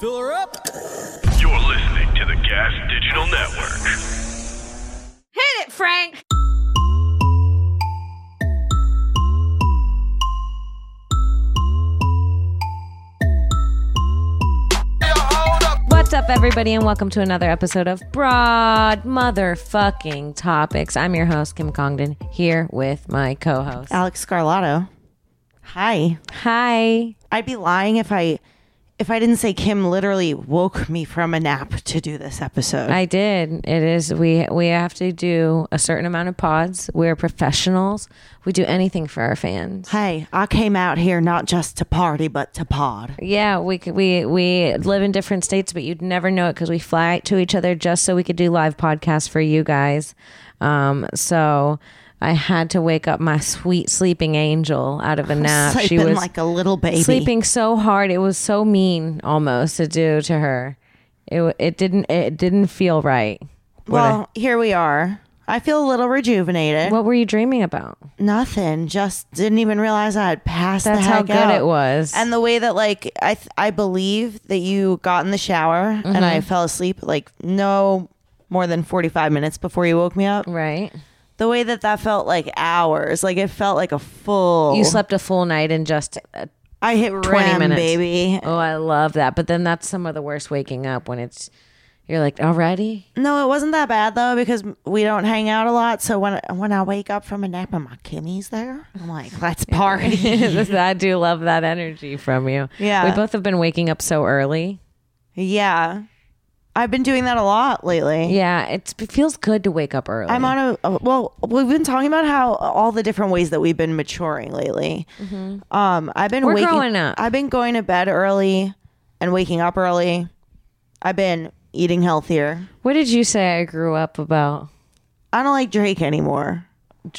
Fill her up. You're listening to the Gas Digital Network. Hit it, Frank. What's up, everybody, and welcome to another episode of Broad Motherfucking Topics. I'm your host, Kim Congdon, here with my co host. Alex Scarlato. Hi. Hi. I'd be lying if I if I didn't say Kim literally woke me from a nap to do this episode. I did. It is we we have to do a certain amount of pods. We're professionals. We do anything for our fans. hey, I came out here not just to party but to pod. Yeah, we could, we we live in different states, but you'd never know it because we fly to each other just so we could do live podcasts for you guys. Um, so I had to wake up my sweet sleeping angel out of a nap. Sleeping she was like a little baby. sleeping so hard. It was so mean almost to do to her. It wa- it didn't it didn't feel right. Well, here we are. I feel a little rejuvenated. What were you dreaming about? Nothing. Just didn't even realize I had passed. the That's how heck good out. it was. and the way that like I th- I believe that you got in the shower and I Mm-hmm. fell asleep like no more than forty five minutes before you woke me up. Right. The way that that felt like hours, like it felt like a full. You slept a full night and just uh, I hit 20 REM, minutes. baby. Oh, I love that. But then that's some of the worst waking up when it's you're like already. No, it wasn't that bad though because we don't hang out a lot. So when when I wake up from a nap and my Kimmy's there, I'm like, let's party. I do love that energy from you. Yeah. we both have been waking up so early. yeah, I've been doing that a lot lately. Yeah, it's, it feels good to wake up early. I'm on a, a- well. We've been talking about how all the different ways that we've been maturing lately. Um, I've been Mm-hmm. We're waking, growing up. I've been going to bed early and waking up early. I've been eating healthier. what did you say I grew up about? I don't like Drake anymore.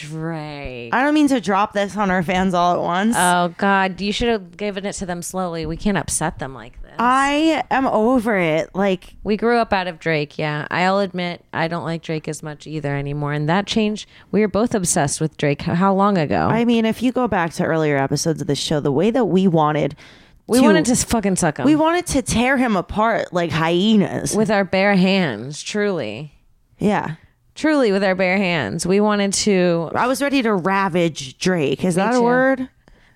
Drake. I don't mean to drop this on our fans all at once. Oh God, you should have given it to them slowly. We can't upset them like this. Uh, I am over it. Like we grew up out of Drake, yeah. I'll admit I don't like Drake as much either anymore. And that changed. We were both obsessed with Drake. How- How long ago? I mean, if you go back to earlier episodes of this show, the way that we wanted, we wanted to fucking suck him we wanted to tear him apart like hyenas. with our bare hands. Truly, yeah, truly, with our bare hands. We wanted to. I was ready to ravage Drake. Is that too. a word?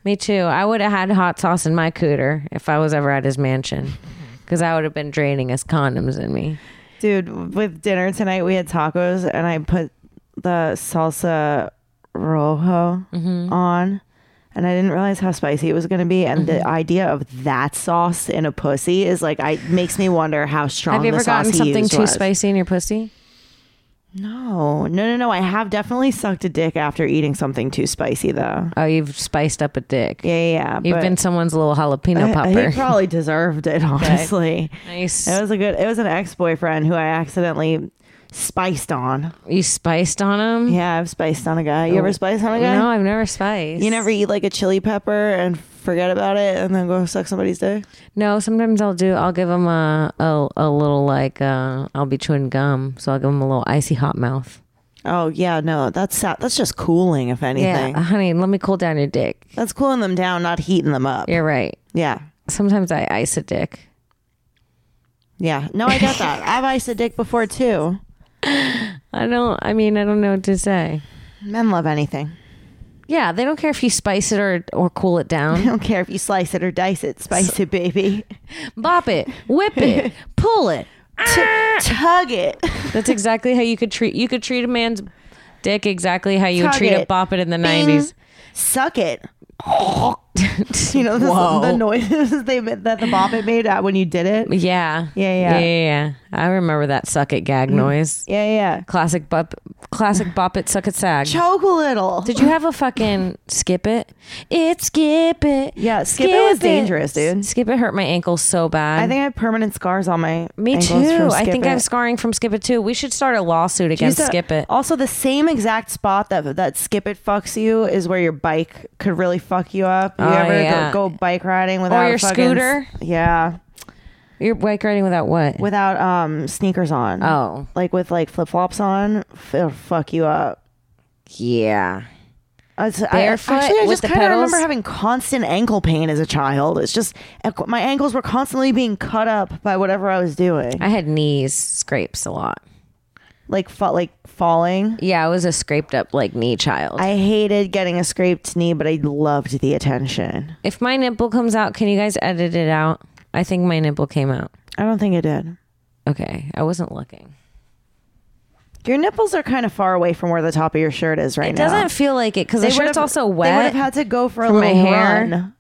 Me too. I would have had hot sauce in my cooter if I was ever at his mansion, because I would have been draining his condoms in me. Dude, with dinner tonight, we had tacos and I put the salsa rojo Mm-hmm. on. And I didn't realize how spicy it was going to be. And Mm-hmm. the idea of that sauce in a pussy is like, I makes me wonder how strong Have you the ever sauce gotten he something used too was. spicy in your pussy? No, no, no, no. I have definitely sucked a dick after eating something too spicy, though. Oh, you've spiced up a dick. Yeah, yeah. yeah, You've but been someone's little jalapeno I- popper. He probably deserved it, honestly. nice. It was a good. It was an ex boyfriend who I accidentally spiced on. you spiced on him? Yeah, I've spiced on a guy. You ever spiced on a guy? No, I've never spiced. You never eat like a chili pepper and forget about it, and then go suck somebody's dick. No, sometimes I'll do. I'll give him a a, a little like. Uh, I'll be chewing gum, so I'll give him a little icy hot mouth. Oh yeah, no, that's sa- that's just cooling, if anything. Yeah, uh, honey, let me cool down your dick. That's cooling them down, not heating them up. You're right. Yeah, Sometimes I ice a dick. yeah. No, I got that. I've iced a dick before too. I don't. I mean, I don't know what to say. Men love anything. Yeah, they don't care if you spice it or or cool it down. don't care if you slice it or dice it, spice it, baby. Bop it, whip it, pull it. Tug it. That's exactly how you could treat. You could treat a man's dick exactly how you would Tug treat a it. bop it in the Bing. nineties. Suck it. You know, this, the noises they made, that the bobbit made out when you did it. Yeah. Yeah, Mm. Yeah, yeah. yeah. I remember that suck it gag noise. Yeah, yeah. yeah. Classic bop, classic bop it, suck it, sag. Choke a little. Did you have a fucking skip it? It's skip it. Yeah, skip it was dangerous, dude. Skip it hurt my ankle so bad. I think I have permanent scars on my. Me ankles too. From I think Skip I'm It. scarring from skip it too. We should start a lawsuit Used against to- skip it. Also, the same exact spot that that skip it fucks you is where your bike could really fuck you up. You Oh, ever yeah. go, go bike riding without a your fucking s- scooter. Yeah, You're bike riding without what? without um sneakers on. oh like with like flip flops on, f- it'll fuck you up. yeah. I was- I- Barefoot actually, I with just the kind of remember pedals? having constant ankle pain as a child. It's just my ankles were constantly being cut up by whatever I was doing, I had knees scrapes a lot. like fa- like falling. Yeah, I was a scraped up like knee child. I hated getting a scraped knee, but I loved the attention. if my nipple comes out, can you guys edit it out? I think my nipple came out. I don't think it did. Okay, I wasn't looking. Your nipples are kind of far away from where the top of your shirt is right It now. doesn't feel like it because the shirt's would've- also They would have wet. had to go for a from my little hair. run.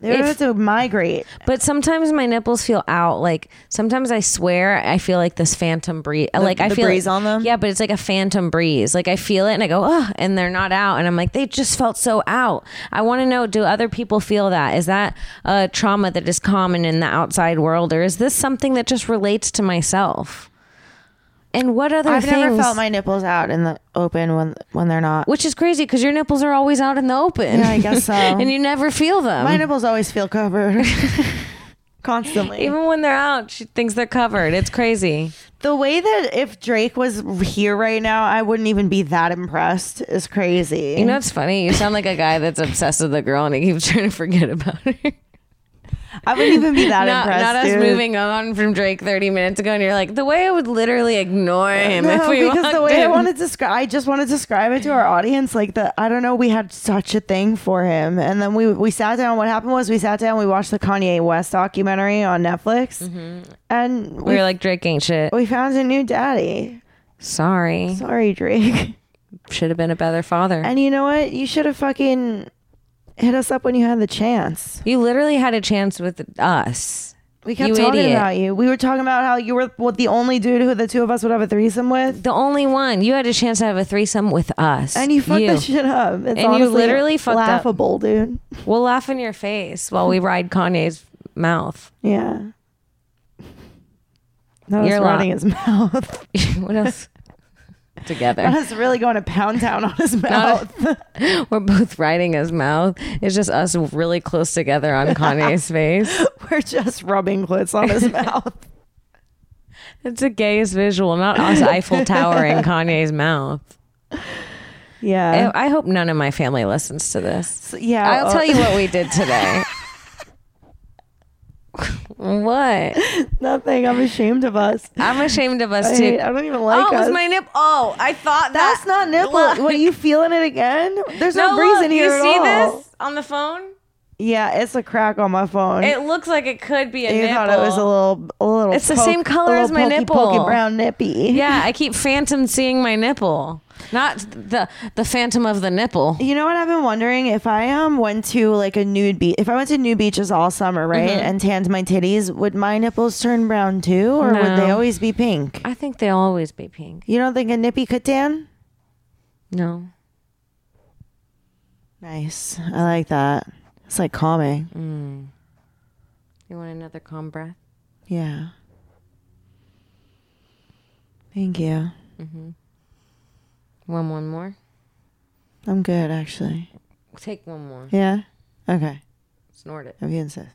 They would If- have to migrate. but sometimes my nipples feel out. Like sometimes I swear I feel like this phantom breeze. like I the feel breeze on them? Yeah, but it's like a phantom breeze. Like I feel it and I go, oh, and they're not out. And I'm like, they just felt so out. I want to know, do other people feel that? Is that a trauma that is common in the outside world, or is this something that just relates to myself? And what other I've things? never felt my nipples out in the open when when they're not. which is crazy because your nipples are always out in the open. Yeah, I guess so. and you never feel them. My nipples always feel covered. Constantly. Even when they're out, she thinks they're covered. It's crazy. the way that if Drake was here right now, I wouldn't even be that impressed is crazy. You know, it's funny. You sound like a guy that's obsessed with a girl and he keeps trying to forget about her. I wouldn't even be that Not, impressed. not us dude. moving on from Drake 30 minutes ago, and you're like, the way I would literally ignore him if No, we because the walked way I in." want to describe, I just want to describe it to our audience. Like the, I don't know, we had such a thing for him, and then we we sat down. What happened was we sat down, we watched the Kanye West documentary on Netflix, Mm-hmm. and We we were like, Drake ain't shit. we found a new daddy. Sorry. Sorry, Drake. Should have been a better father. And you know what? You should have fucking hit us up when you had the chance. you literally had a chance with us. We kept You talking idiot. about you. We were talking about how you were what the only dude who the two of us would have a threesome with, The only one. You had a chance to have a threesome with us. and you fucked that shit up. It's And you honestly literally fucked up. laughable, dude. We'll laugh in your face while we ride Kanye's mouth. Yeah. That was You're lo- running his mouth. what else? Together. That's really going to pound down on his mouth. We're both riding his mouth. It's just us really close together on Kanye's face. We're just rubbing clits on his mouth. It's the gayest visual, not us Eiffel Tower in Kanye's mouth. Yeah. I, I hope none of my family listens to this. So- yeah. I'll oh, tell you what we did today. what? Nothing. I'm ashamed of us. I'm ashamed of us I, too. hate- I don't even like oh, it us. was my nip. Oh, I thought That's that. not nipple. Look. What are you feeling it again? There's no, No, breeze look, in here you at see all. this on the phone? Yeah, it's a crack on my phone. It looks like it could be a you nipple. thought it was a little, a little. It's the poke- same color a little as my pokey, nipple. pokey brown nippy. yeah, I keep phantom seeing my nipple, not the the phantom of the nipple. You know what I've been wondering if I um went to like a nude beach if I went to nude beaches all summer right and tanned my titties would my nipples turn brown too or would they No. always be pink? I think they always be pink. You don't think a nippy could tan? No, Nice, I like that. It's like calming. you want another calm breath? Yeah. Thank you. One, one more. I'm good actually. Take one more. Yeah. Okay. Snort it. If you insist.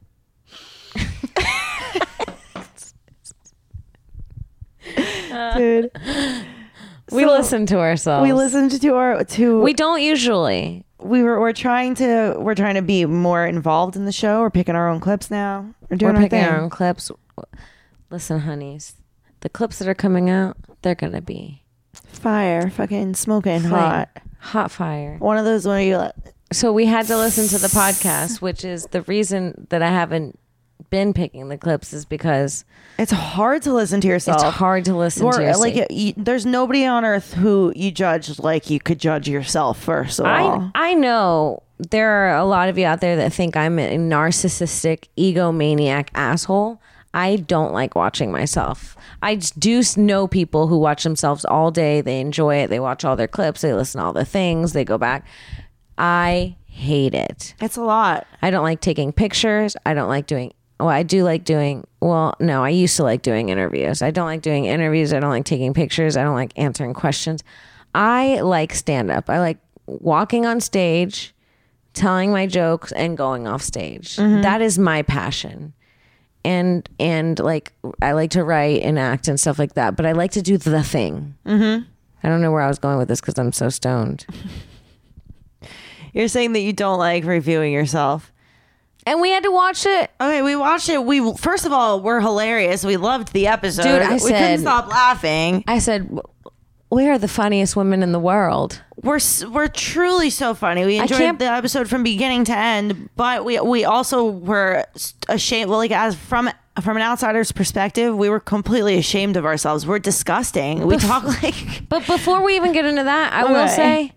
Dude, We So- listen to ourselves. we listened to our to We don't usually. we were we're trying to we're trying to be more involved in the show. We're picking our own clips now. We're doing We're our picking thing. our own clips. Listen, honeys, the clips that are coming out, they're gonna be Fire, fucking smoking flame- hot. hot fire. One of those where you like, So we had to listen to the podcast, which is the reason that I haven't been picking the clips is because it's hard to listen to yourself. it's hard to listen Or, to. Yourself. uh, like you, there's nobody on earth who you judge like you could judge yourself first of I all. I know there are a lot of you out there that think I'm a narcissistic egomaniac asshole. I don't like watching myself. I just do s- know people who watch themselves all day. They enjoy it. They watch all their clips. They listen to all the things. They go back. I hate it. It's a lot. I don't like taking pictures. I don't like doing. Well, I do like doing. Well, no, I used to like doing interviews. I don't like doing interviews. I don't like taking pictures. I don't like answering questions. I like stand up. I like walking on stage, telling my jokes, and going off stage. That is my passion. And and like I like to write and act and stuff like that. But I like to do the thing. Mm-hmm. I don't know where I was going with this because I'm so stoned. You're saying that you don't like reviewing yourself. And we had to watch it. Okay, we watched it. We first of all, we're hilarious. We loved the episode. Dude, I we said- couldn't stop laughing. I said, "W- "We are the funniest women in the world." We're s- we're truly so funny. We can't- enjoyed the episode from beginning to end, but we we also were s- ashamed. Well, like as from from an outsider's perspective, we were completely ashamed of ourselves. We're disgusting. We talk like But before we even get into that, I will Okay. say,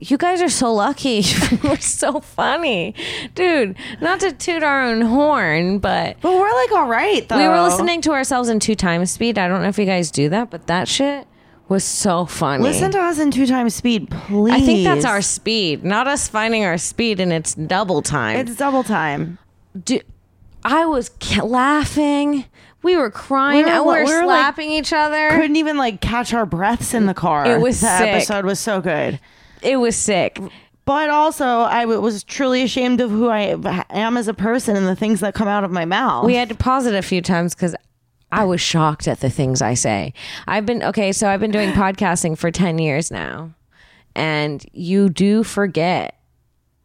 you guys are so lucky. We're so funny, dude. Not to toot our own horn, but But we're like all right though. we were listening to ourselves in two times speed. I don't know if you guys do that, but that shit was so funny. Listen to us in two times speed, please. I think that's our speed, not us finding our speed, and it's double time. It's double time. do, I was ca- laughing. We were crying. We were and we la- were we were, like, slapping each other. couldn't even like catch our breaths in the car. It was the sick. episode was so good. it was sick. But also, I w- was truly ashamed of who I am as a person and the things that come out of my mouth. We had to pause it a few times because I was shocked at the things I say. I've been okay, so I've been doing podcasting for 10 years now, and you do forget.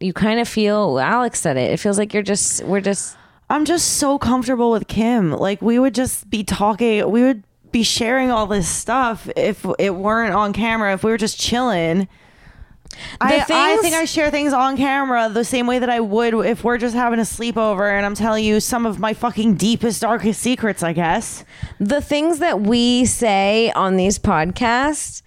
You kind of feel Alex said it. It feels like you're just we're just I'm just so comfortable with Kim. Like we would just be talking. We would be sharing all this stuff if it weren't on camera. If we were just chilling. I, I things- think I share things on camera the same way that I would if we're just having a sleepover and I'm telling you some of my fucking deepest, darkest secrets, I guess. the things that we say on these podcasts,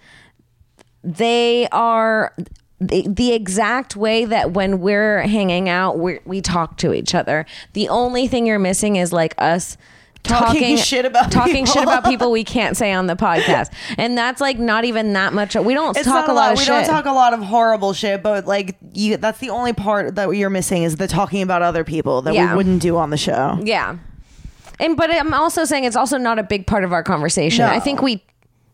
they are the, the exact way that when we're hanging out, we we talk to each other. The only thing you're missing is like us. Talking shit about talking people. shit about people we can't say on the podcast, and that's like not even that much. We don't It's talk not a lot, of we shit. don't talk a lot of horrible shit, but like you, that's the only part that you're missing is the talking about other people that Yeah. we wouldn't do on the show. Yeah. And but I'm also saying it's also not a big part of our conversation. No. I think we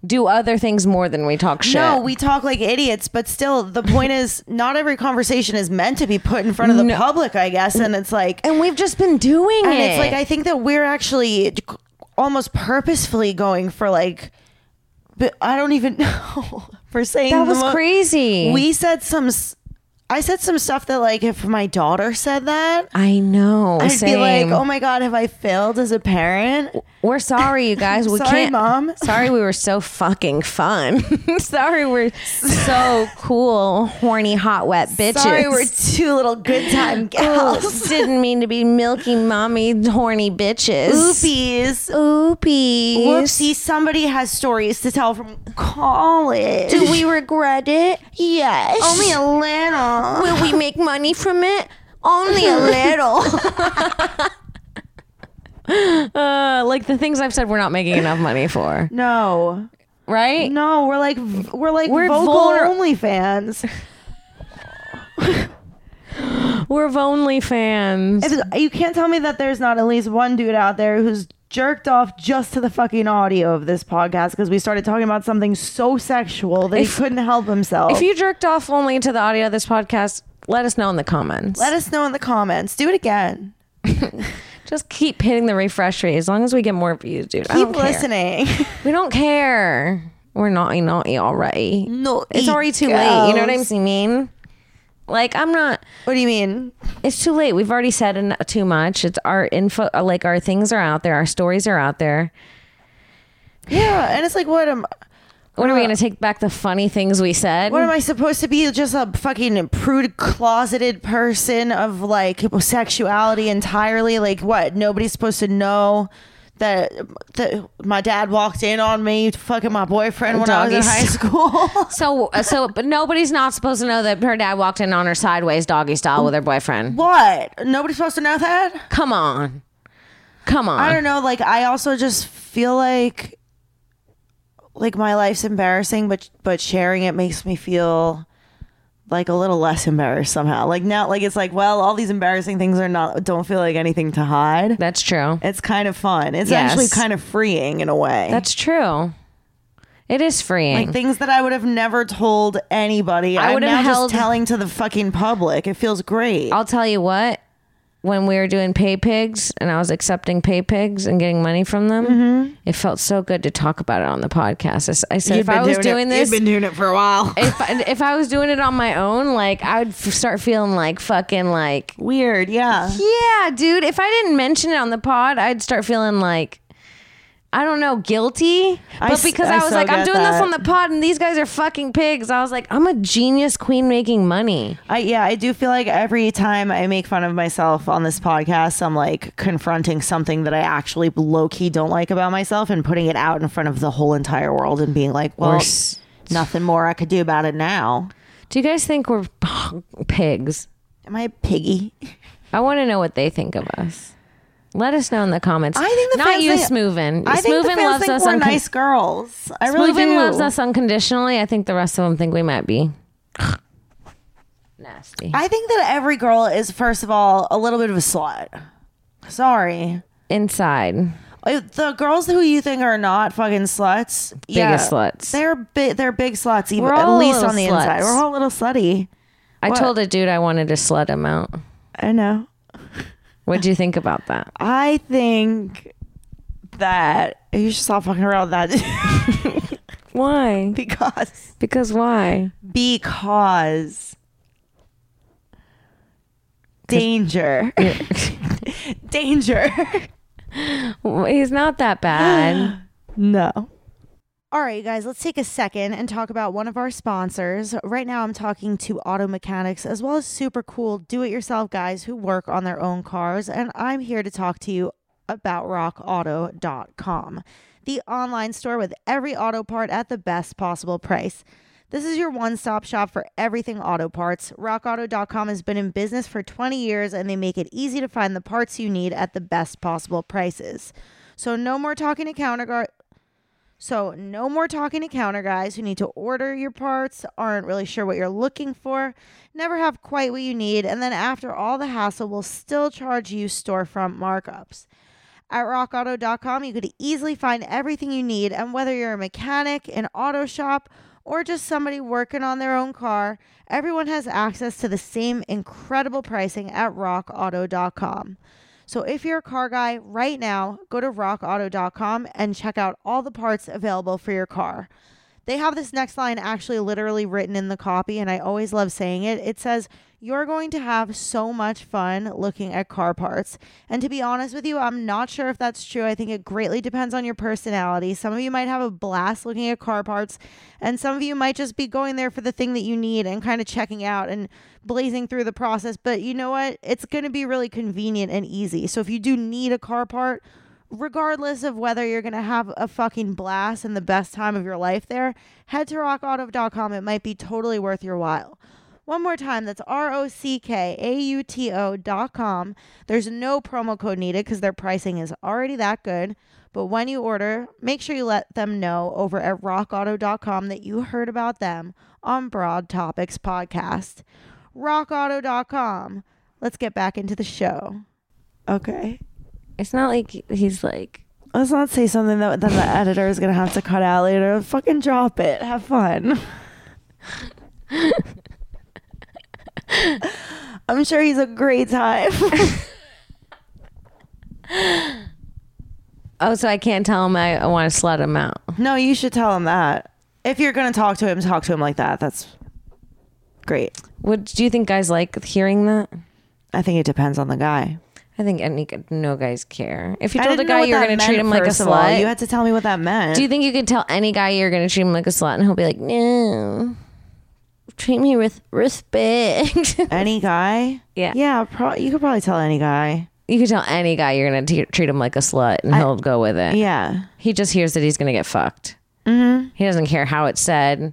do other things more than we talk shit. No, we talk like idiots, but still, the point is, not every conversation is meant to be put in front of the No. public, I guess. And it's like, and we've just been doing and it. it's like, I think that we're actually almost purposefully going for like, but I don't even know for saying That the was crazy. We said some, s- I said some stuff that like, if my daughter said that, I know. I'd same. be like, oh my god, have I failed as a parent? We're sorry, you guys. We Sorry, can't, Mom. Sorry, we were so fucking fun. sorry, we're so cool, horny, hot, wet bitches. Sorry, we're two little good time Oh, gals. didn't mean to be milky, mommy, horny bitches. Oopies. Oopies. Whoopsie, somebody has stories to tell from college. Do we regret it? Yes. Only a little. Will we make money from it? Only a little. uh, like the things I've said, we're not making enough money for, No, right? no, we're like we're like We're vocal vulner- only fans. We're only fans. You can't tell me that there's not at least one dude out there who's jerked off just to the fucking audio of this podcast because we started talking about something so sexual that If- he couldn't help himself. If you jerked off only to the audio of this podcast, let us know in the comments. Let us know in the comments. Do it again. Just keep hitting the refresh rate as long as we get more views, dude. I Keep don't care. listening. We don't care. We're naughty, naughty already. No, eh, It's already too late. You know what I'm saying? Like, I'm not. What do you mean? It's too late. We've already said en- too much. It's our info, uh, like our things are out there. Our stories are out there. Yeah, and it's like what am When are we going to take back the funny things we said? what am I supposed to be? Just a fucking prude, closeted person of like sexuality entirely? Like what? Nobody's supposed to know. That, that my dad walked in on me fucking my boyfriend when I was in Doggy high school. so, uh, so, but nobody's not supposed to know that her dad walked in on her sideways doggy style with her boyfriend. what? Nobody's supposed to know that? Come on. Come on. I don't know. Like I also just feel like like my life's embarrassing, but but sharing it makes me feel like a little less embarrassed somehow. Like now, like it's like well, all these embarrassing things are not don't feel like anything to hide. That's true. It's kind of fun. It's Yes. actually kind of freeing in a way. That's true. It is freeing. like things that I would have never told anybody. I I would would have now held- just telling to the fucking public. It feels great. I'll tell you what. When we were doing pay pigs and I was accepting pay pigs and getting money from them, it felt so good to talk about it on the podcast. I s- I, said, Mm-hmm. You've if I been was it- doing this, You've been doing it for a while. if, I- if I was doing it on my own, like I would f- start feeling like fucking like, Weird, yeah. yeah, dude. If I didn't mention it on the pod, I'd start feeling like, I don't know, guilty. I But s- because I I, was so like, I'm get doing this that. on the pod and these guys are fucking pigs, I was like, I'm a genius queen making money. I yeah, I do feel like every time I make fun of myself on this podcast, I'm like confronting something that I actually low key don't like about myself and putting it out in front of the whole entire world and being like, well, We're s- nothing more I could do about it now. Do you guys think we're pigs? Am I a piggy? I want to know what they think of us. Let us know in the comments. I think the not fans you, think- Smooven. I think the Smooven fans loves think us. we're uncon- nice girls. I really Smooven do. loves us unconditionally. I think the rest of them think we might be nasty. I think that every girl is first of all a little bit of a slut. Sorry. Inside, Uh, The girls who you think are not fucking sluts, Biggest sluts. They're bi- they're big sluts. Even We're at all least little on the sluts. inside, we're all a little slutty. I told a dude I wanted to slut him out. I know. What'd you think about that? I think that you should stop fucking around with that Why? because Because why? because danger danger. He's not that bad. No. All right, you guys, let's take a second and talk about one of our sponsors. Right now, I'm talking to auto mechanics as well as super cool do it yourself guys who work on their own cars. And I'm here to talk to you about rockauto.com, the online store with every auto part at the best possible price. This is your one stop shop for everything auto parts. RockAuto.com has been in business for 20 years and they make it easy to find the parts you need at the best possible prices. So, no more talking to counter guard. So, no more talking to counter guys who need to order your parts, aren't really sure what you're looking for, never have quite what you need, and then after all the hassle, will still charge you storefront markups. At rockauto.com, you could easily find everything you need, and whether you're a mechanic, an auto shop, or just somebody working on their own car, everyone has access to the same incredible pricing at rockauto.com. So if you're a car guy right now, go to rockauto.com and check out all the parts available for your car. They have this next line actually literally written in the copy, and I always love saying it. It says, You're going to have so much fun looking at car parts. And to be honest with you, I'm not sure if that's true. I think it greatly depends on your personality. Some of you might have a blast looking at car parts, and some of you might just be going there for the thing that you need and kind of checking out and blazing through the process. But you know what? It's going to be really convenient and easy. So if you do need a car part, regardless of whether you're going to have a fucking blast and the best time of your life there, head to rockauto.com. It might be totally worth your while. One more time, that's R O C K A U T O dot com. There's no promo code needed because their pricing is already that good. But when you order, make sure you let them know over at rockauto.com that you heard about them on Broad Topics Podcast. Rockauto.com. Let's get back into the show. Okay. It's not like he's like Let's not say something that then the editor is gonna have to cut out later. Fucking drop it. Have fun. I'm sure he's a great time. Oh, so I can't tell him I, I want to slut him out. no, you should tell him that. If you're gonna talk to him, talk to him like that. That's great. Would do you think guys like hearing that? I think it depends on the guy. I think any no guys care. If you I told a didn't know guy what you're that going to treat meant, him like a first of all. slut, You had to tell me what that meant. do you think you could tell any guy you're going to treat him like a slut and he'll be like, no, treat me with respect? any guy? Yeah. Yeah, pro- you could probably tell any guy. you could tell any guy you're going to treat him like a slut and he'll go with it. Yeah. He just hears that he's going to get fucked. Mm-hmm. He doesn't care how it's said.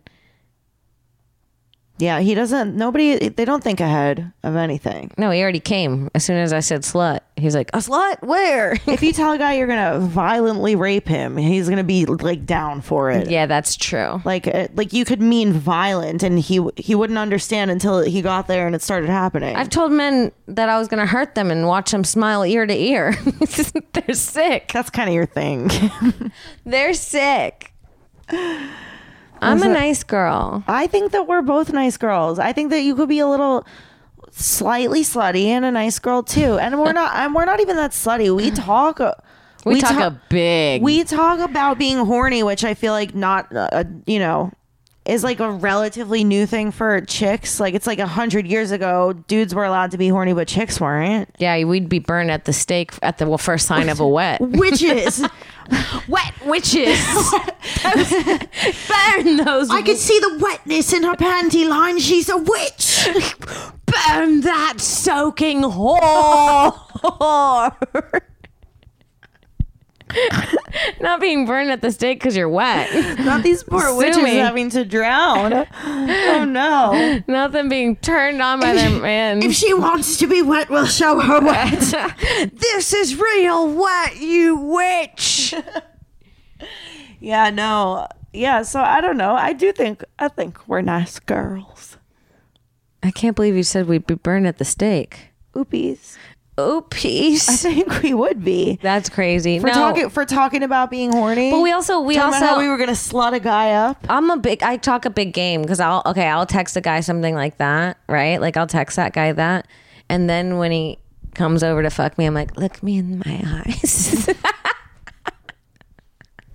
Yeah, he doesn't. Nobody. They don't think ahead of anything. No, he already came. As soon as I said slut, he's like, a slut? Where? If you tell a guy you're gonna violently rape him, he's gonna be like down for it. yeah, that's true. Like, uh, like you could mean violent, and he he wouldn't understand until he got there and it started happening. I've told men that I was going to hurt them and watch them smile ear to ear. They're sick. That's kind of your thing. They're sick. I'm a nice girl. I think that we're both nice girls. I think that you could be a little slightly slutty and a nice girl too. And we're not and we're not even that slutty. We talk We, talk a big. we talk about being horny, which I feel like not uh, uh, you know is like a relatively new thing for chicks. Like it's like a hundred years ago, dudes were allowed to be horny, but chicks weren't. yeah, we'd be burned at the stake at the well, first sign of a wet. Witches. wet witches. burn those. I could see the wetness in her panty line. She's a witch. burn that soaking whore. Not being burned at the stake because you're wet. Not these poor witches me. having to drown. oh no. Nothing being turned on by their man. she wants to be wet, we'll show her wet. this is real wet, you witch. yeah, no. Yeah, so I don't know. I do think I think we're nice girls. I can't believe you said we'd be burned at the stake. Oopies. Oh, I peace. think we would be. That's crazy. For no, talking for talking about being horny. but we also we Talking also about how we were gonna slut a guy up. I'm a big. I talk a big game because I'll okay. I'll text a guy something like that, right? Like I'll text that guy that, and then when he comes over to fuck me, I'm like, look me in my eyes.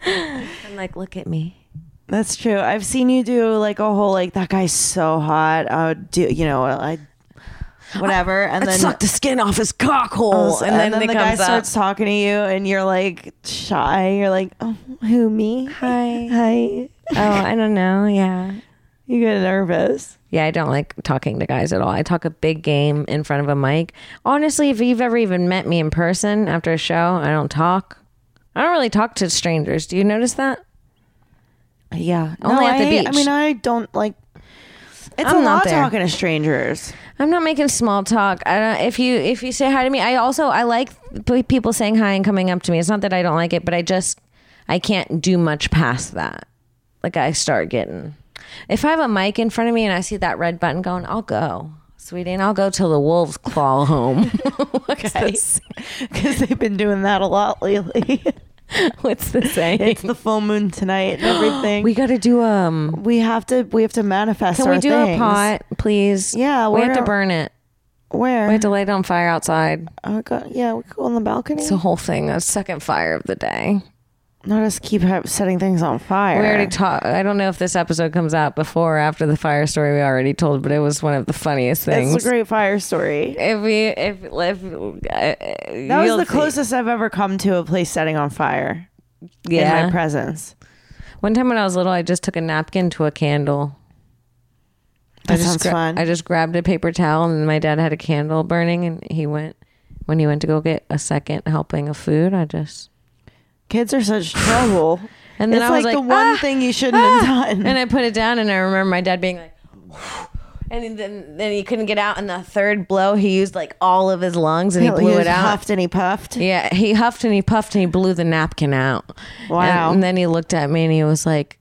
I'm like, look at me. That's true. I've seen you do like a whole like that guy's so hot. I would do you know, I whatever and then Suck the skin off his cock hole, and, then, the guy starts talking to you, and you're like shy. You're like, oh, "Who me? Hi. hi." Oh, I don't know. Yeah. You get nervous. Yeah, I don't like talking to guys at all. I talk a big game in front of a mic. Honestly, if you've ever even met me in person after a show, I don't talk. I don't really talk to strangers. Do you notice that? Yeah, Only at I, the hate- I beach. mean, I don't like. It's I'm a not lot there. talking to strangers. I'm not making small talk. I don't, if you if you say hi to me, I also I like p- people saying hi and coming up to me. It's not that I don't like it, but I just I can't do much past that. Like I start getting if I have a mic in front of me and I see that red button going, I'll go, sweetie, and I'll go till the wolves claw home. What's, the, because they've been doing that a lot lately. what's the saying? it's the full moon tonight and everything. We got to do um. we have to we have to manifest. Can we our do things. a pot, please? Yeah, we we're have to gonna- burn it. Where? We have to light it on fire outside. oh, God. Yeah, we could go on the balcony. It's a So whole thing. A second fire of the day. not us keep ha- setting things on fire. We already talked. I don't know if this episode comes out before or after the fire story we already told, but it was one of the funniest things. It's a great fire story. If we, if, if uh, That was the closest I've ever come to a place setting on fire in Yeah. my presence. One time when I was little, I just took a napkin to a candle. I That just sounds gra- fun. I just grabbed a paper towel, and my dad had a candle burning, and he went when he went to go get a second helping of food. I just Kids are such trouble. and then it's I was like, like, the one "Ah!" thing you shouldn't have done. And I put it down, and I remember my dad being like, and then then he couldn't get out. And the third blow, he used like all of his lungs, and he blew just it out. Huffed and he puffed. Yeah, he huffed and he puffed and he blew the napkin out. Wow. And, then he looked at me and he was like,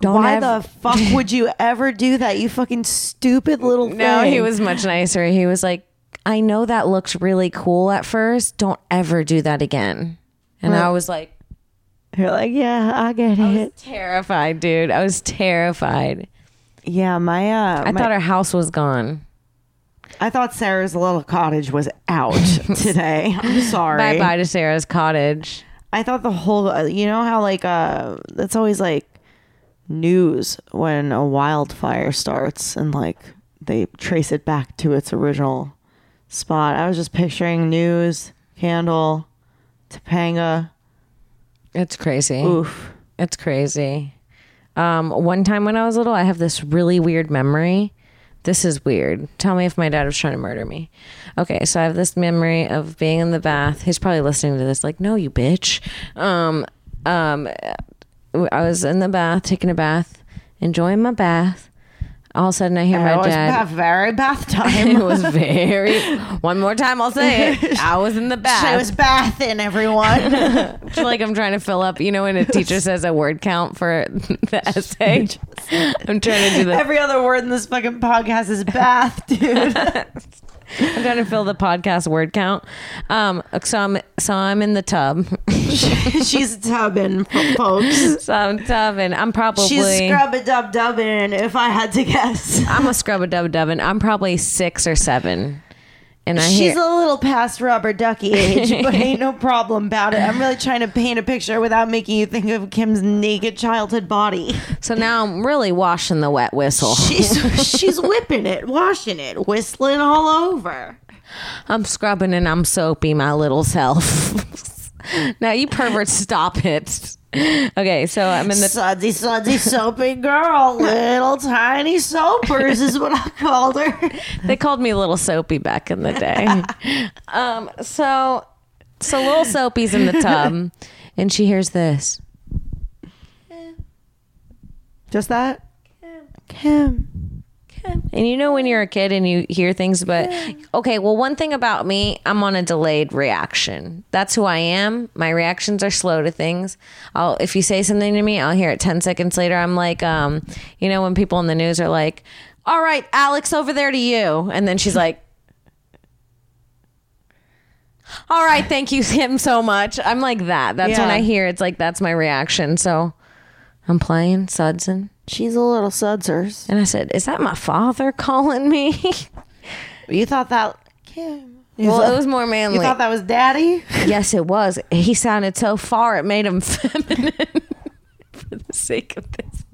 "Don't Why ever- the fuck would you ever do that? You fucking stupid little thing. No, he was much nicer. He was like, "I know that looks really cool at first. Don't ever do that again." And I was like, You're like, yeah, I get it. terrified, dude. I was terrified. Yeah, my uh, I my- thought our house was gone. I thought Sarah's little cottage was out today. I'm sorry. Bye bye to Sarah's cottage. I thought the whole, uh, you know how like uh, that's always like news when a wildfire starts and like they trace it back to its original spot. I was just picturing news, candle, Topanga. It's crazy. Oof. It's crazy. Um, one time when I was little, I have this really weird memory. This is weird. Tell me if my dad was trying to murder me. Okay, so I have this memory of being in the bath. He's probably listening to this, like, no, you bitch. Um, um, I was in the bath, taking a bath, enjoying my bath. All of a sudden, I hear I my was dad. bath- very bath time. It was very. One more time, I'll say it. I was in the bath. I was bathing everyone. It's like I'm trying to fill up. You know, when a teacher says a word count for the essay, I'm trying to do the. Every other word in this fucking podcast is bath, dude. I'm trying to fill the podcast word count. Um, so I'm so I'm in the tub. She's tubbing, fo- folks. so I'm tubbing. I'm probably She's scrub a dub dubbing, if I had to guess. I'm a scrub a dub dubbin. I'm probably six or seven, and I She's hear, a little past rubber ducky age, but ain't no problem about it. I'm really trying to paint a picture without making you think of Kim's naked childhood body. so now I'm really washing the wet whistle. She's she's whipping it, washing it, whistling all over. I'm scrubbing and I'm soapy, my little self. now you perverts, stop it. Okay, so I'm in the Sudsy, sudsy, soapy girl, little tiny soapers is what I called her. they called me little soapy back in the day um so so little soapy's in the tub and she hears this Just that. Kim. and you know when you're a kid and you hear things but okay well one thing about me i'm on a delayed reaction that's who i am my reactions are slow to things i'll if you say something to me i'll hear it 10 seconds later i'm like um you know when people in the news are like all right alex over there to you and then she's like all right thank you him so much i'm like that that's when Yeah. i hear it's like that's my reaction so i'm playing sudson She's a little sudsers. and I said, Is that my father calling me? You thought that Kim. You well, thought- it was more manly. You thought that was daddy? yes, it was. He sounded so far, it made him feminine for the sake of this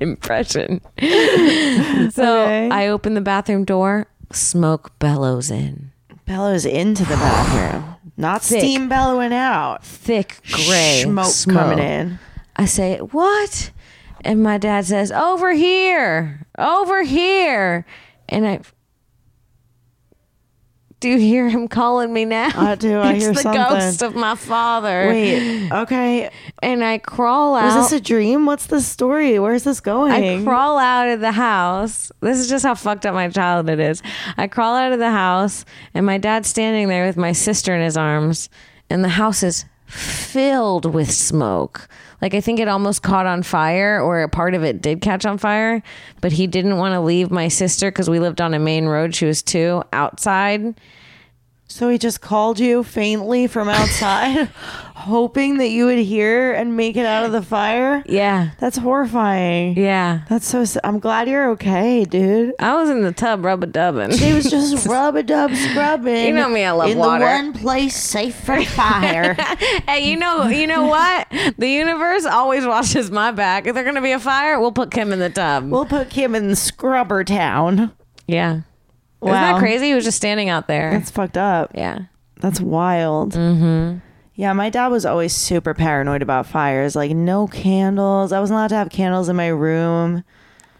impression. so Okay. I opened the bathroom door, smoke bellows in. Bellows into the bathroom. Not Thick. steam bellowing out. Thick gray Smoke, coming in. I say, What? And my dad says, Over here, over here. And I do you hear him calling me now. I do. I He's hear the something. ghost of my father. Wait. Okay. And I crawl out. Was this a dream? What's the story? Where's this going? I crawl out of the house. This is just how fucked up my childhood is. I crawl out of the house, and my dad's standing there with my sister in his arms, and the house is filled with smoke. Like, I think it almost caught on fire, or a part of it did catch on fire, but he didn't want to leave my sister because we lived on a main road. She was two outside. so he just called you faintly from outside, hoping that you would hear and make it out of the fire. Yeah. That's horrifying. Yeah. That's so. s- I'm glad you're okay, dude. I was in the tub rub a dubbing. It was just rub a dub scrubbing. You know me, I love in water. the one place safe from fire. Hey, you know, you know what? The universe always washes my back. If there's gonna be a fire, we'll put Kim in the tub. we'll put Kim in Scrubber Town. yeah, Wow. isn't that crazy? He was just standing out there. That's fucked up. yeah, That's wild. Mm-hmm. Yeah, my dad was always super paranoid about fires. Like, no candles. I wasn't allowed to have candles in my room.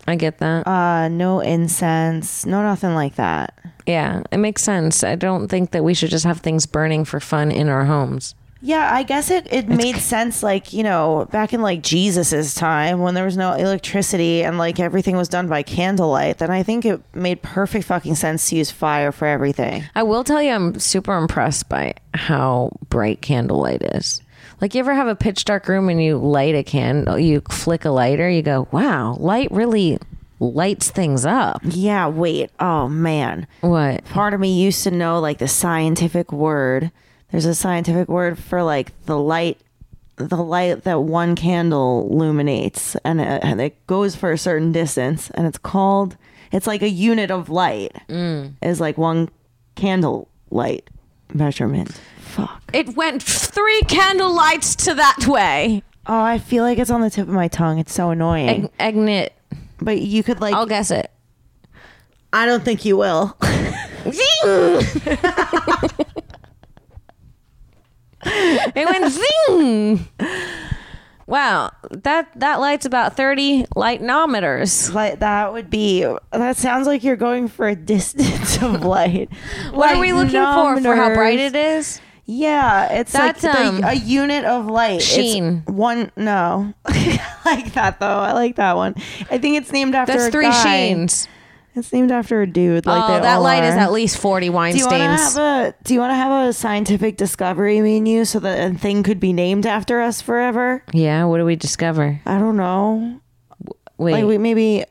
I get that. Uh, no incense. No nothing like that. yeah, it makes sense. I don't think that we should just have things burning for fun in our homes. Yeah, I guess it, it made sense, like, you know, back in like Jesus's time when there was no electricity and like everything was done by candlelight, then I think it made perfect fucking sense to use fire for everything. I will tell you, I'm super impressed by how bright candlelight is. Like, you ever have a pitch dark room and you light a candle, you flick a lighter, you go, wow, light really lights things up. Yeah, wait. Oh, man. What? part of me used to know like the scientific word. There's a scientific word for like the light, the light that one candle illuminates, and it, and it goes for a certain distance, and it's called. It's like a unit of light Mm. is like one candle light measurement. Fuck. It went three candle lights to that way. Oh, I feel like it's on the tip of my tongue. It's so annoying. Egnet. but you could like. I'll guess it. I don't think you will. Zing! it went zing. Wow, that that light's about thirty lightnometers. Like that would be. That sounds like you're going for a distance of light. What are we looking for for how bright it is? Yeah, it's That's, like the- um, a unit of light. It's Sheen. one no, I like that though. I like that one. I think it's named after. That's a three guy. sheens. It's named after a dude. Like oh, they that all light is are. at least forty wine Do you want to stains. have a Do you want to have a scientific discovery menu so that a thing could be named after us forever? yeah. What do we discover? I don't know. Wait, Like we, we maybe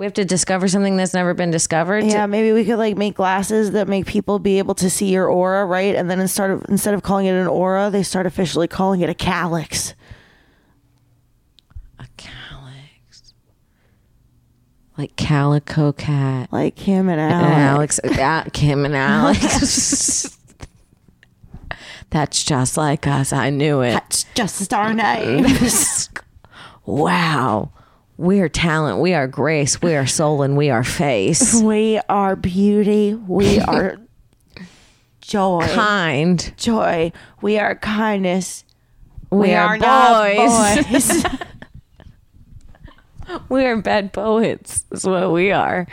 have to discover something that's never been discovered. yeah maybe we could like make glasses that make people be able to see your aura right, and then instead of instead of calling it an aura, they start officially calling it a calyx. A calyx, like calico cat. Like him and Oh, Alex. Alex, uh, Kim and Alex. That's just like us. I knew it. That's just our name. wow. We are talent. We are grace. We are soul, and we are face. we are beauty. We are joy. Kind. joy. We are kindness. We, are, boys. boys. we are bad poets. That's what we are.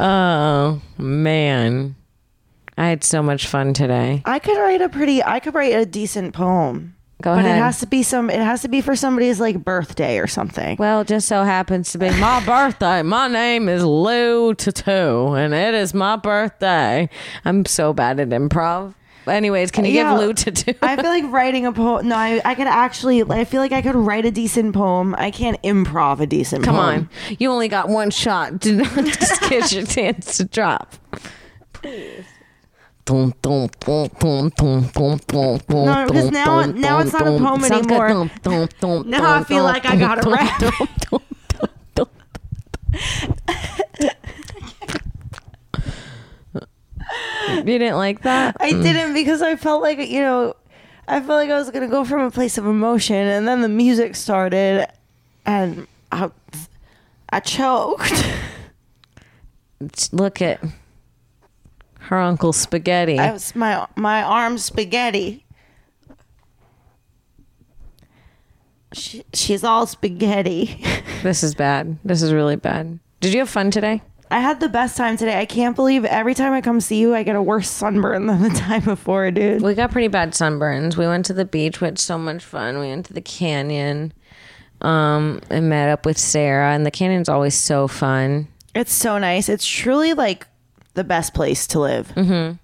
Oh man, I had so much fun today. I could write a pretty. I could write a decent poem. Go but ahead. it has to be some. It has to be for somebody's like birthday or something. Well, it just so happens to be my birthday. My name is Lou Tattoo, and it is my birthday. I'm so bad at improv. Anyways, can you Yeah. give Lou Tattoo? I feel like writing a poem. No, I, I could actually. I feel like I could write a decent poem. I can't improv a decent. Come poem. on, you only got one shot. Do not just get your chance to drop. Please. No, No, because now- now it's not a poem anymore. Now I feel like I gotta rap. You didn't like that? I didn't because I felt like you know, I felt like I was gonna go from a place of emotion, and then the music started, and I, I choked. Look at her uncle Spaghetti. I was my my arm spaghetti. She, she's all spaghetti. This is bad. This is really bad. Did you have fun today? I had the best time today. I can't believe every time I come see you, I get a worse sunburn than the time before, dude. We got pretty bad sunburns. We went to the beach, we had so much fun. We went to the canyon um, and met up with Sarah. And the canyon's always so fun. It's so nice. It's truly like the best place to live. Mm-hmm.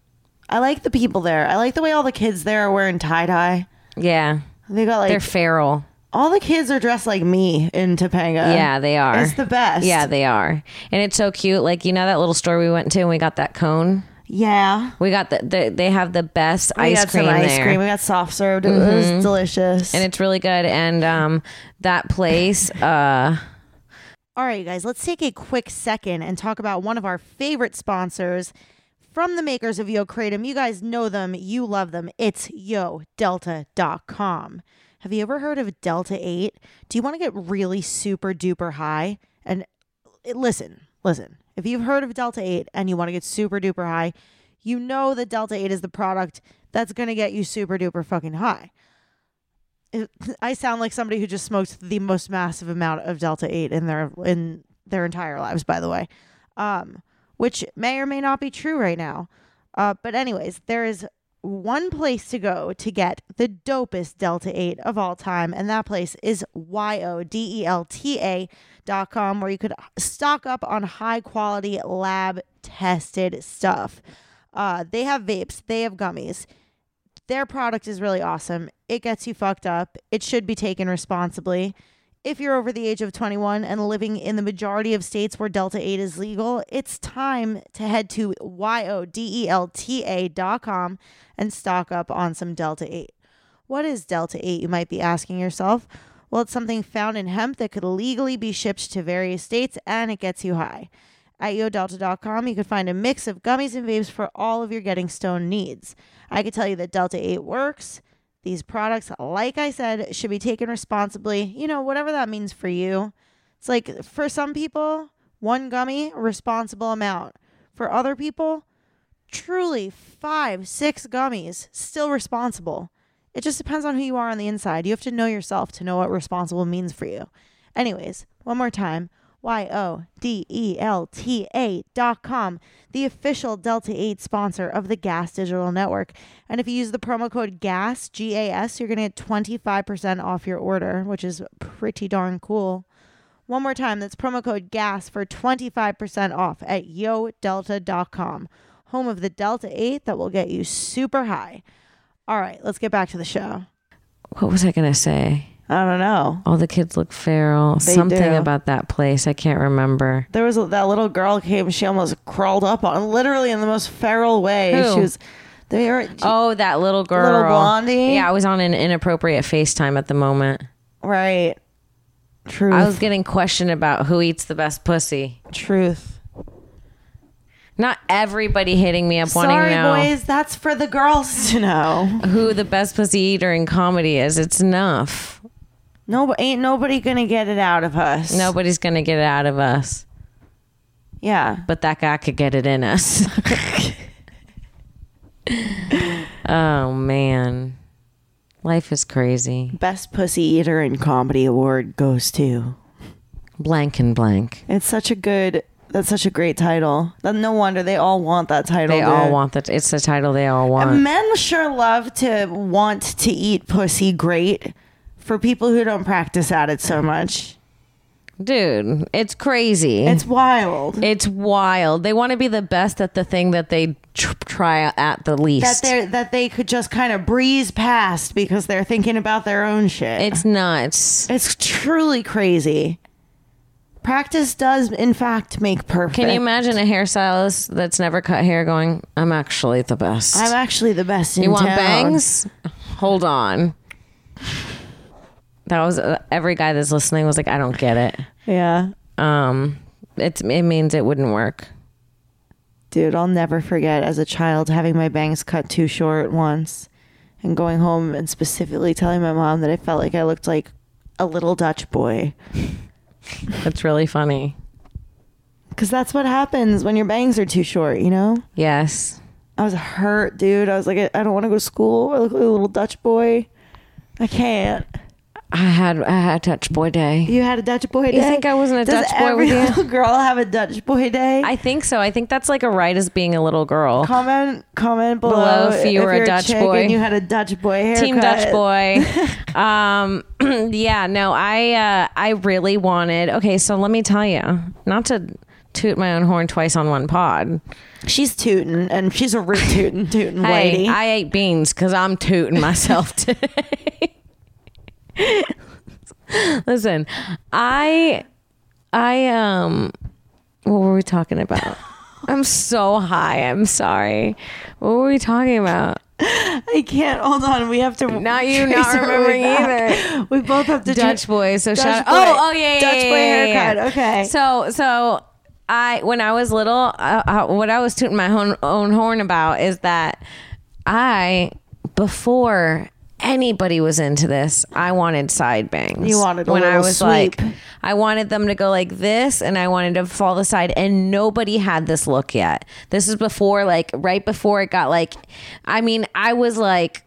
I like the people there. I like the way all the kids there are wearing tie dye. Yeah, They got they're like feral. all the kids are dressed like me in Topanga. yeah, they are. It's the best. Yeah, they are. And it's so cute. Like, you know that little store we went to and we got that cone? yeah. We got the, the they have the best We ice got some cream ice there. Mm-hmm. cream. We got soft served. It was delicious. And it's really good. And um, that place, uh, All right, you guys, let's take a quick second and talk about one of our favorite sponsors from the makers of Yo Kratom. You guys know them, you love them. It's yodelta.com. Have you ever heard of Delta 8? Do you want to get really super duper high? And eh, listen, listen. If you've heard of Delta 8 and you want to get super duper high, you know that Delta 8 is the product that's going to get you super duper fucking high. It- I sound like somebody who just smoked the most massive amount of delta eight in their in their entire lives, by the way, um, which may or may not be true right now. Uh, but anyways, there is one place to go to get the dopest delta eight of all time, and that place is y o d e l t a dot com, where you could stock up on high quality lab tested stuff. Uh, they have vapes, they have gummies. Their product is really awesome. It gets you fucked up. It should be taken responsibly. If you're over the age of 21 and living in the majority of states where Delta 8 is legal, it's time to head to E yodelta.com and stock up on some Delta 8. What is Delta 8, you might be asking yourself? Well, it's something found in hemp that could legally be shipped to various states and it gets you high. At yodelta.com, you can find a mix of gummies and vapes for all of your getting stoned needs. I can tell you that Delta 8 works. These products, like I said, should be taken responsibly. You know, whatever that means for you. It's like for some people, one gummy, responsible amount. For other people, truly five, six gummies, still responsible. It just depends on who you are on the inside. You have to know yourself to know what responsible means for you. Anyways, one more time Y O D E L T A dot com, the official Delta 8 sponsor of the Gas Digital Network. And if you use the promo code GAS, G A S, you're going to get 25% off your order, which is pretty darn cool. One more time, that's promo code GAS for 25% off at yodelta.com, home of the Delta 8 that will get you super high. All right, let's get back to the show. What was I gonna say? I don't know. All the kids look feral. They Something do. about that place. I can't remember. There was a, that little girl came. She almost crawled up on, literally in the most feral way. Who? She was there. Oh, that little girl. Little blondie? Yeah, I was on an inappropriate FaceTime at the moment. right. Truth. I was getting questioned about who eats the best pussy. Truth. Not everybody hitting me up wanting Sorry, to know boys. That's for the girls to know. who the best pussy eater in comedy is. It's enough. No, ain't nobody gonna get it out of us. Nobody's going to get it out of us, Yeah. but that guy could get it in us. oh, man. Life is crazy. Best pussy eater in comedy award goes to. Blank and blank. It's such a good. That's such a great title. Then No wonder they all want that title. They all dude. want that. It's the title they all want. And men sure love to want to eat pussy great for people who don't practice at it so much. Dude, it's crazy. It's wild It's wild. They want to be the best at the thing that they tr- try at the that least. they that they could just kind of breeze past because they're thinking about their own shit. It's nuts. it's truly crazy. Practice does in fact make perfect. Can you imagine a hairstylist that's never cut hair going, I'm actually the best? I'm actually the best in you want town. bangs? Hold on. That was uh, every guy that's listening was like, I don't get it. Yeah. Um, it's, it means it wouldn't work. Dude, I'll never forget as a child having my bangs cut too short once and going home and specifically telling my mom that I felt like I looked like a little Dutch boy. It's really funny. Because that's what happens when your bangs are too short, you know? Yes. I was hurt, dude. I was like, I I don't want to go to school. I look like a little Dutch boy. I can't. I had, I had touch boy day. You had a Dutch boy day. think I wasn't a Does Dutch boy every with you? little girl have a Dutch boy day? I think so. I think that's like a right as being a little girl. comment comment below, Below if you were a you're Dutch chick boy. and you had a Dutch boy haircut. Team Dutch boy. um, yeah, no, I uh, I really wanted. Okay, so let me tell you, not to toot my own horn twice on one pod. She's tootin' and she's a root tootin' tootin' lady. Hey, I ate beans because I'm tooting myself today. Listen, I, I um, what were we talking about? I'm so high. I'm sorry. What were we talking about? I can't. Hold on. We have to. Not you not trace our remembering way back. We both have to. Dutch tra- boy. So Dutch shout boy. Oh, oh yeah, yeah, Dutch yeah, boy yeah, yeah, haircut. yeah. Okay. So so I when I was little, uh, uh, what I was tooting my own, own horn about is that I before anybody was into this, I wanted side bangs. You wanted a when I little was sweep. like, I wanted them to go like this, and I wanted to fall aside, and nobody had this look yet. This is before like right before it got like, I mean, I was like.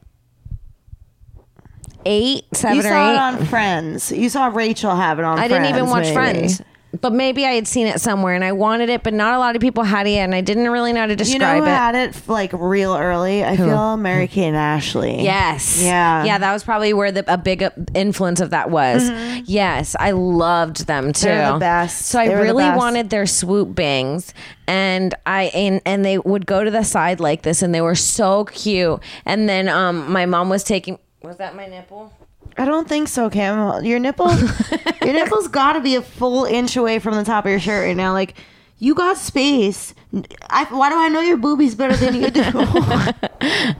Eight, seven, you or eight. saw it on Friends. You saw Rachel have it on. I didn't even watch maybe. Friends. But maybe I had seen it somewhere and I wanted it, but not a lot of people had it, and I didn't really know how to You know describe who it. had it like real early? I feel Mary Kay and Ashley. yes. Yeah. Yeah, that was probably where the a big uh, influence of that was. Yes, I loved them too. Mm-hmm. They're the best. So I They were the really best. wanted their swoop bangs, and I and and they would go to the side like this, and they were so cute. And then um, my mom was taking. Was that my nipple? I don't think so, Kim. Your nipple, your nipple's got to be a full inch away from the top of your shirt right now. Like you got space. I, why do I know your boobies better than you do?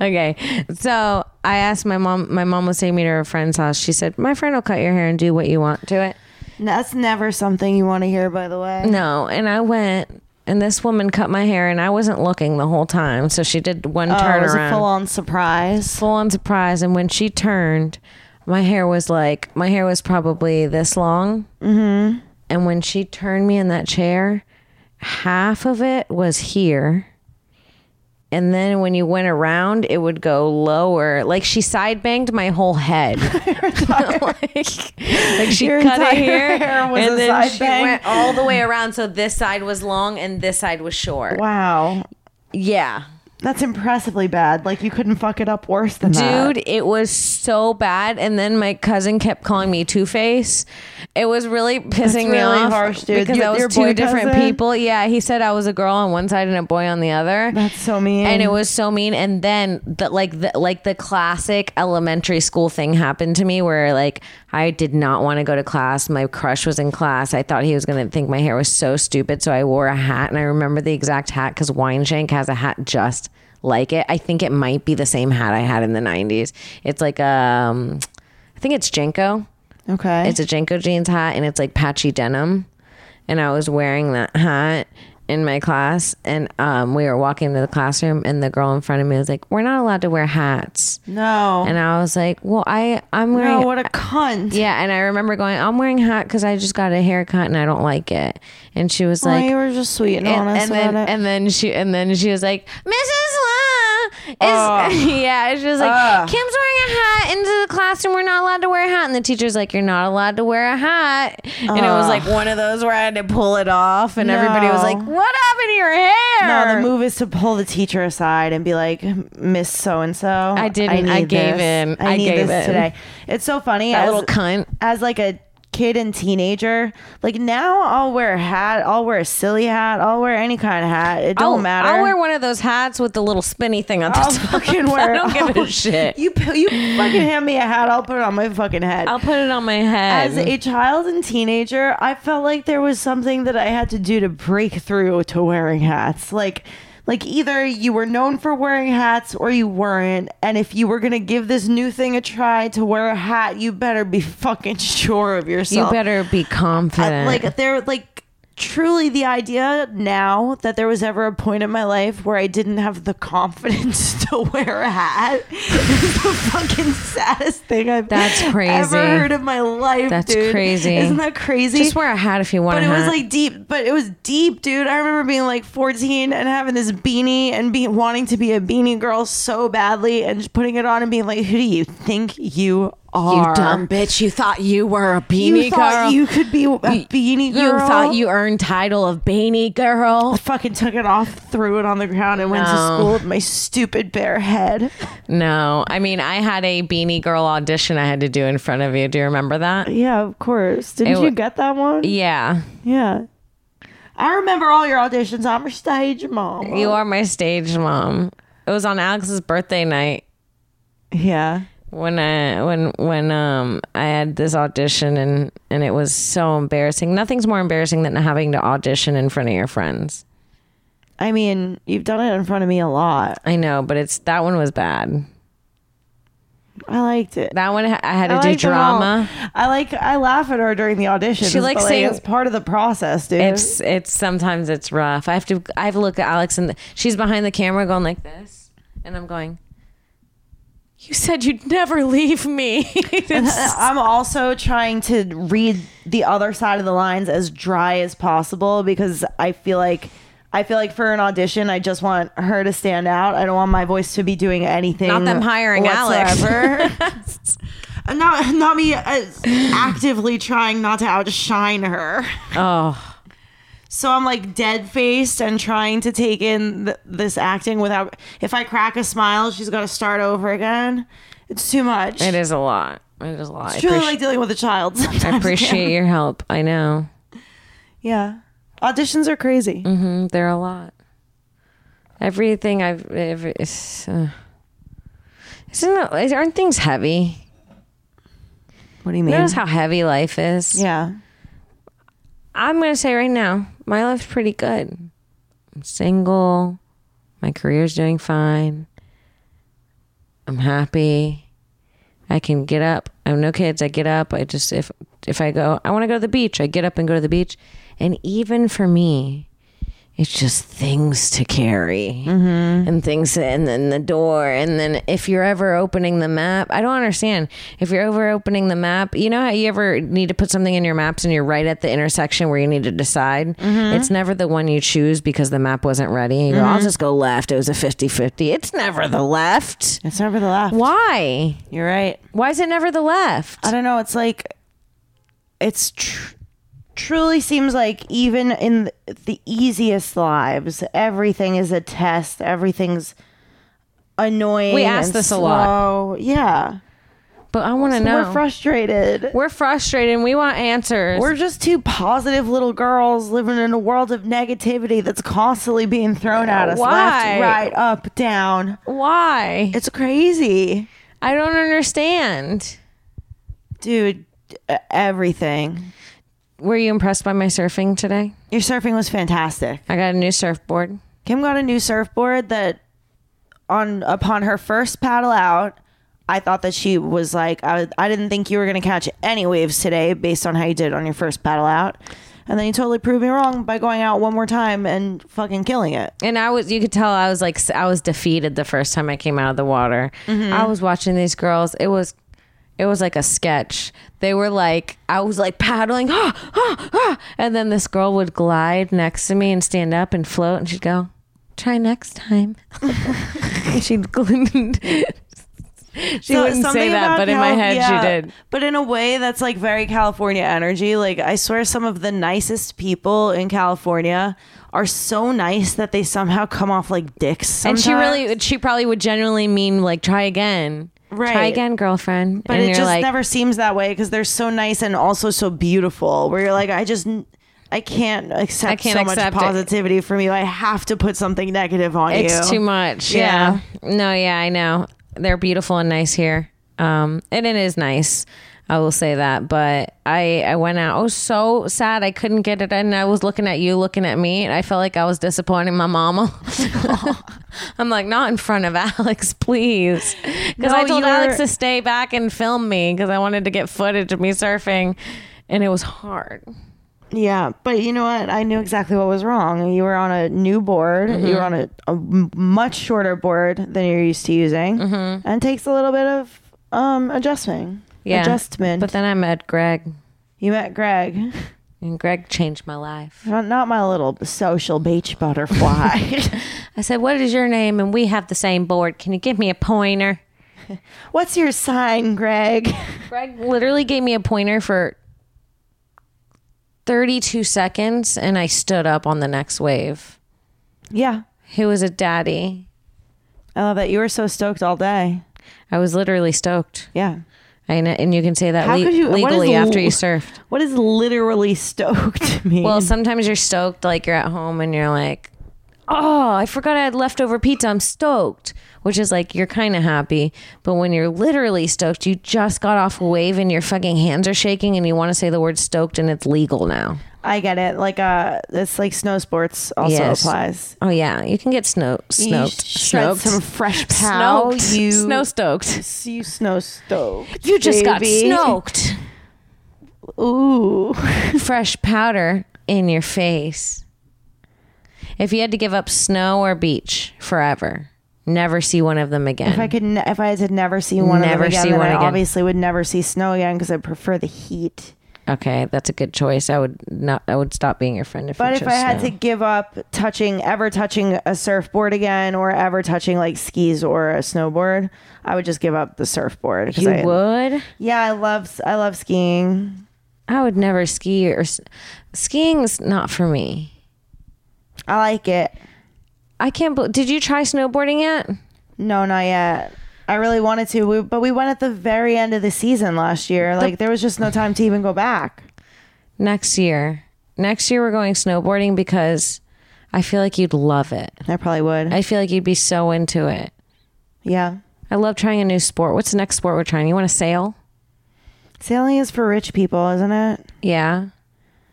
okay. So I asked my mom. My mom was taking me to her friend's house. She said, "My friend will cut your hair and do what you want to it." That's never something you want to hear, by the way. No, and I went, and this woman cut my hair, and I wasn't looking the whole time. So she did one Oh, turn it was around, a full-on surprise. full on surprise. And when she turned, my hair was like my hair was probably this long. Mm-hmm. And when she turned me in that chair, half of it was here, And then when you went around, it would go lower. Like she side banged my whole head. like, like she Your cut it entire here, hair was and a then side she bang. went all the way around. So this side was long and this side was short. Wow. Yeah, That's impressively bad. Like you couldn't fuck it up worse than that. dude, it was so bad. And then my cousin kept calling me Two Face. It was really pissing me really off harsh, dude. because You- I your was boy two different cousin? people. Yeah, he said I was a girl on one side and a boy on the other. That's so mean. and it was so mean and then the like the like the classic elementary school thing happened to me where like i did not want to go to class my crush was in class i thought he was going to think my hair was so stupid so i wore a hat and i remember the exact hat because wineshank has a hat just like it i think it might be the same hat i had in the 90s it's like um i think it's jenko okay. it's a Jenko jeans hat and it's like patchy denim. And I was wearing that hat in my class and um, we were walking to the classroom and the girl in front of me was like, We're not allowed to wear hats. no. And I was like, Well, I, I'm wearing no, what a cunt. Yeah, and I remember going, I'm wearing a hat because I just got a haircut and I don't like it. And she was Well, like you were just sweet and, and, honest and then about it. and then she and then she was like, Mrs. Ah. La is yeah. She was like, Kim's wearing a hat into the classroom. We're not allowed to wear a hat. And the teacher's like, You're not allowed to wear a hat. And it was like one of those where I had to pull it off, and everybody was like, Ah, No. What happened to your hair? no, the move is to pull the teacher aside and be like, Miss So and So. I didn't. I need gave this. in. I, I need gave this in." today. It's so funny. That as- little cunt. As like a kid and teenager, like now I'll wear a hat. I'll wear a silly hat. I'll wear any kind of hat. It don't I'll- matter. I'll wear one of those hats with the little spinny thing on the I'll top. fucking wear. I don't give I'll- a shit. You you fucking hand me a hat. I'll put it on my fucking head. I'll put it on my head. As a child and teenager, I felt like there was something that I had to do to break through to wearing hats. Like like either you were known for wearing hats or you weren't, and if you were going to give this new thing a try to wear a hat, you better be fucking sure of you yourself. better be confident. I- like there like truly the idea now that there was ever a point in my life where I didn't have the confidence to wear a hat is the fucking saddest thing I've That's crazy. ever heard of my life. That's dude. crazy. Isn't that crazy? just wear a hat if you want. but a it was hat. like deep. But it was deep, dude. I remember being like 14 and having this beanie and be wanting to be a beanie girl so badly, and just putting it on and being like, "Who do you think you are? You dumb bitch. You thought you were a You beanie thought girl. you could be a beanie girl. You thought you earned title of beanie girl. fucking took it off, threw it on the ground, and went to No. school with my stupid bare head. No, I mean I had a beanie girl audition I had to do in front of you. Do you remember that? Yeah, of course. Didn't It wa- you get that one? Yeah. Yeah. I remember all your auditions. I'm a stage mom. You are my stage mom. It was on Alex's birthday night. Yeah. when I when when um I had this audition and and it was so embarrassing. Nothing's more embarrassing than having to audition in front of your friends. I mean, you've done it in front of me a lot. I know, but it's that one was bad. I liked it. That one ha- I had to I do liked them all. drama. I like. I laugh at her during the audition. She likes like, saying- it's part of the process, dude. It's it's sometimes it's rough. I have to I have to look at Alex and she's behind the camera going like this, and I'm going. You said you'd never leave me. It's- I'm also trying to read the other side of the lines as dry as possible because I feel like I feel like for an audition, I just want her to stand out. I don't want my voice to be doing anything. Not them hiring Alex. Alex. not not me uh, actively trying not to outshine her. oh, So I'm like dead faced and trying to take in th- this acting without. If I crack a smile, she's got to start over again. It's too much. it is a lot. It is a lot. I It's really appreciate, like dealing with a child. sometimes. I appreciate your help. I know. Yeah. Auditions are crazy. Mm. They're a lot. Everything I've every, it's, uh, isn't it, aren't things heavy? What do you Notice how heavy life is. yeah. I'm gonna say right now, my life's pretty good. I'm single. My career's doing fine. I'm happy. I can get up. I have no kids. I get up. I just if if I go, I want to go to the beach. I get up and go to the beach. And even for me, it's just things to carry and things and then the door and then if you're ever opening the map i don't understand if you're over opening the map you know how you ever need to put something in your maps and you're right at the intersection where you need to decide it's never the one you choose because the map wasn't ready you go, i'll just go left it was a 50-50 it's never the left It's never the left. why You're right. why is it never the left I don't know. It's like, it's tr- truly seems like even in th- the easiest lives, everything is a test. Everything's annoying. We ask and this a lot. slow. Yeah. but i want to know We're frustrated. We're, We're frustrated and we want answers just two positive little girls living in a world of negativity that's constantly being thrown at us Why? left, right, up, down. why It's crazy. i don't understand Dude, e- everything. were you impressed by my surfing today? Your surfing was fantastic. I got a new surfboard. Kim got a new surfboard that on upon her first paddle out, I thought that she was like I, I didn't think you were going to catch any waves today based on how you did on your first paddle out. And then you totally proved me wrong by going out one more time and fucking killing it. And I was, you could tell I was like, I was defeated the first time I came out of the water. Mm-hmm. I was watching these girls. It was, it was like a sketch. They were like, I was like paddling, ah, ah, ah. and then this girl would glide next to me and stand up and float, and she'd go, try next time. And she'd, gl- she So wouldn't something say that, about but in my Cal- head, yeah, she did. But in a way that's like very California energy. Like I swear some of the nicest people in California are so nice that they somehow come off like dicks. And she sometimes. really, she probably would genuinely mean like, try again. Try Right. again, girlfriend. But and it you're just like, never seems that way because they're so nice and also so beautiful. Where you're like, I just, I can't accept I can't so accept it. much positivity from you. I have to put something negative on you. It's too much. Yeah. No, yeah, I know. They're beautiful and nice here. Um, and it is nice. I will say that. But I, I went out. I was so sad I couldn't get it in. I was looking at you, looking at me, and I felt like I was disappointing my mama. I'm like, not in front of Alex, please. Because I No, told you Alex were- to stay back and film me because I wanted to get footage of me surfing. And it was hard. Yeah, but you know what? I knew exactly what was wrong. You were on a new board. You were on a, Mm-hmm. a m- much shorter board than you're used to using, mm-hmm. and it takes a little bit of um adjusting. Yeah. adjustment. But then I met Greg, you met Greg, and Greg changed my life. not, not my little social beach butterfly. I said, What is your name? And we have the same board. Can you give me a pointer? What's your sign, Greg? Greg literally gave me a pointer for 32 seconds, and I stood up on the next wave. Yeah, He was a daddy. I love that you were so stoked all day. I was literally stoked. Yeah. I know, and you can say that How le- could you- what is legally after you l- surfed. What is literally stoked mean? Well, sometimes you're stoked, like you're at home and you're like, oh, I forgot I had leftover pizza. I'm stoked, which is like you're kind of happy. But when you're literally stoked, you just got off a wave and your fucking hands are shaking and you want to say the word stoked and it's legal now. I get it. Like uh, it's like snow sports also Yes. applies. Oh, yeah. You can get snow- You snoked. sh- shred Snoked. some fresh pow. Snoked. You Snow stoked. you snow stoked. You just got baby. snoked. Ooh, Fresh powder in your face. If you had to give up snow or beach forever, never see one of them again. if I could, ne- if I had never seen one of Never them again, see then one I again. obviously would never see snow again because I prefer the heat. Okay, that's a good choice. I would not. I would stop being your friend if. But you if chose I had snow. to give up touching, ever touching a surfboard again, or ever touching like skis or a snowboard, I would just give up the surfboard. 'cause you I, would. Yeah, I love I love skiing. I would never ski or s- skiing's not for me. I like it. I can't. bel did you try snowboarding yet? No, not yet. I really wanted to, we, but we went at the very end of the season last year. Like there was just no time to even go back. Next year. Next year we're going snowboarding because I feel like you'd love it. I probably would. I feel like you'd be so into it. yeah, I love trying a new sport. What's the next sport we're trying? You want to sail? sailing is for rich people, isn't it? Yeah,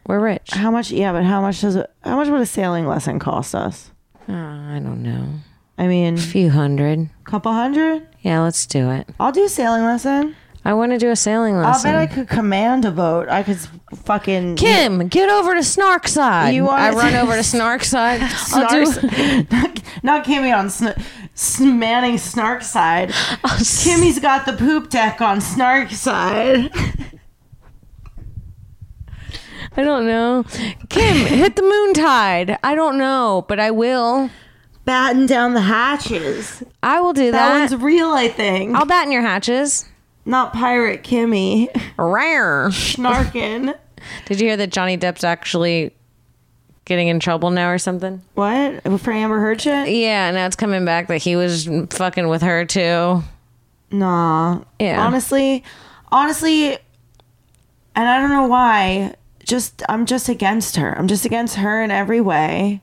we're rich. How much? Yeah, but how much does how much would a sailing lesson cost us? Uh, I don't know. I mean, A few hundred. couple hundred. Yeah, let's do it. I'll do a sailing lesson. I want to do a sailing I'll lesson. bet I could command a boat. I could s- fucking Kim, get over to Snark Side. You want- I run over to Snark Side. I'll do. Snarks- not, not Kimmy on sn- s- Manning Snark side. Kimmy's got the poop deck on Snark side. I don't know. Kim, hit the moon tide. I don't know, but I will. Batten down the hatches. I will do That that. one's real, I think. I'll batten your hatches. not pirate Kimmy. Rare. Snarkin. Did you hear that Johnny Depp's actually getting in trouble now or something? what for Amber Heard shit? Yeah, now it's coming back that he was fucking with her too. Nah. Yeah. Honestly, honestly, and I don't know why. Just I'm just against her. I'm just against her in every way.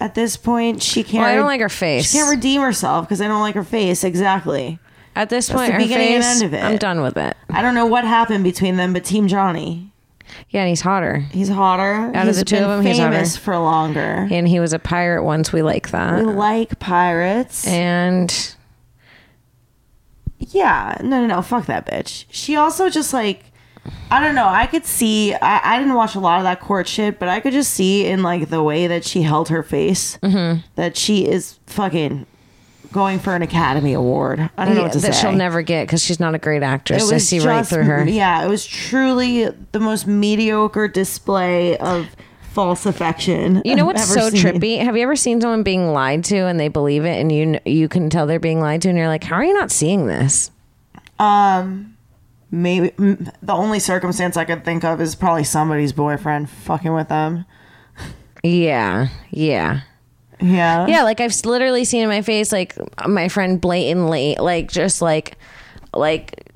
At this point, she can't. Well, I don't like her face. She can't redeem herself because I don't like her face. Exactly. At this point, the her beginning and face, end of it. I'm done with it. I don't know what happened between them, but Team Johnny, Yeah, and he's hotter. he's hotter. Out of He's the two been of 'em, he's famous hotter. for longer. And he was a pirate once. We like We that. like pirates. And yeah, no, no, no, fuck that bitch. She also just like, I don't know. I could see. I, I didn't watch a lot of that court shit, but I could just see in like the way that she held her face Mm-hmm. that she is fucking going for an Academy Award. I don't know yeah, what to that say. she'll never get because she's not a great actress. I see right just- through her. Yeah, it was truly the most mediocre display of false affection. You know I've what's so ever seen. trippy? Have you ever seen someone being lied to and they believe it, and you kn- you can tell they're being lied to, and you're like, how are you not seeing this? Maybe mm, the only circumstance I could think of is probably somebody's boyfriend fucking with them. Yeah, yeah, Yeah. yeah. Like I've s- literally seen in my face, like my friend blatantly, like just like, like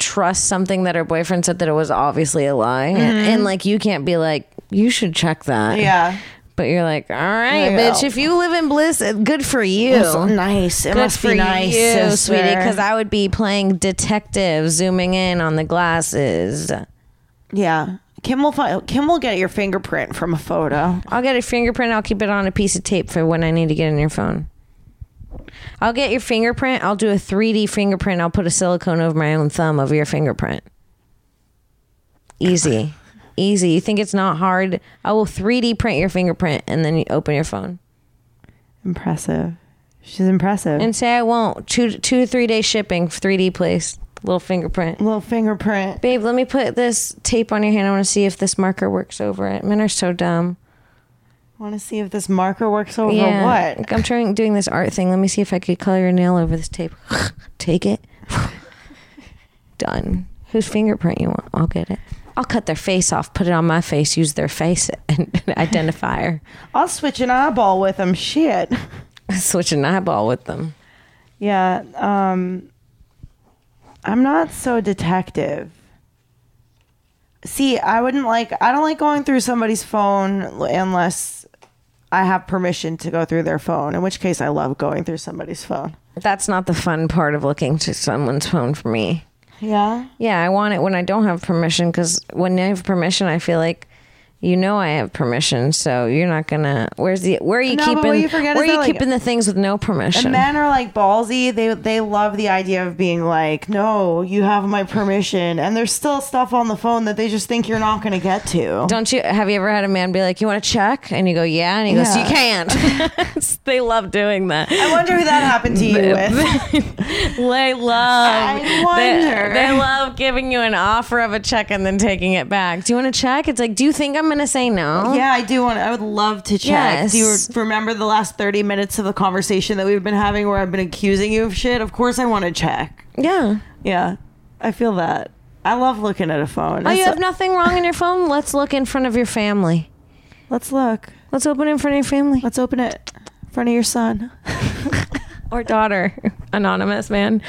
trust something that her boyfriend said that it was obviously a lie, Mm-hmm. and, and, like you can't be like, you should check that. Yeah. But you're like, all right, There you bitch. go. If you live in bliss, uh, good for you. nice. It Good must be nice, you, sister. sweetie, because I would be playing detective, zooming in on the glasses. yeah. Kim will fi- Kim will get your fingerprint from a photo. I'll get a fingerprint. I'll keep it on a piece of tape for when I need to get in your phone. I'll get your fingerprint. I'll do a 3D fingerprint. I'll put a silicone over my own thumb over your fingerprint. Easy. Easy. You think it's not hard? I will 3D print your fingerprint and then you open your phone Impressive. She's impressive. and say, I won't. Two, two to three day shipping, 3D place, little fingerprint. Little fingerprint. Babe, let me put this tape on your hand. I want to see if this marker works over it. Men are so dumb. Want to see if this marker works over what? I'm trying doing this art thing. Let me see if I could color your nail over this tape. Take it. Done. Whose fingerprint you want? I'll get it. I'll cut their face off, put it on my face, use their face and identifier. I'll switch an eyeball with them. Shit. Switch an eyeball with them. Yeah. Um, I'm not so detective. See, I wouldn't like, I don't like going through somebody's phone unless I have permission to go through their phone, in which case I love going through somebody's phone. That's not the fun part of looking to someone's phone for me. Yeah. Yeah, I want it when I don't have permission because when I have permission, I feel like you know I have permission. So you're not gonna. Where's the where are you No, but keeping? what you forget where is are you that, like- keeping the things with no permission? And men are like ballsy. They they love the idea of being like, no, you have my permission. And there's still stuff on the phone that they just think you're not going to get to. don't you have you ever had a man be like, "You want to check?" and you go, "Yeah," and he goes, Yeah. "You can't." they love doing that. I wonder who that happened to you with. They love. I They, wonder. they love giving you an offer of a check and then taking it back. Do you want to check? It's like, do you think I'm gonna say no? Yeah, I do want. I would love to check. Do you Yes. remember the last thirty minutes of the conversation that we've been having, where I've been accusing you of shit? Of course, I want to check. Yeah. "Oh, Yeah, I feel that. I love looking at a phone. Oh, It's- you have nothing wrong in your phone. Let's look in front of your family. Let's look. Let's open it in front of your family. Let's open it in front of your son. or daughter. Anonymous man.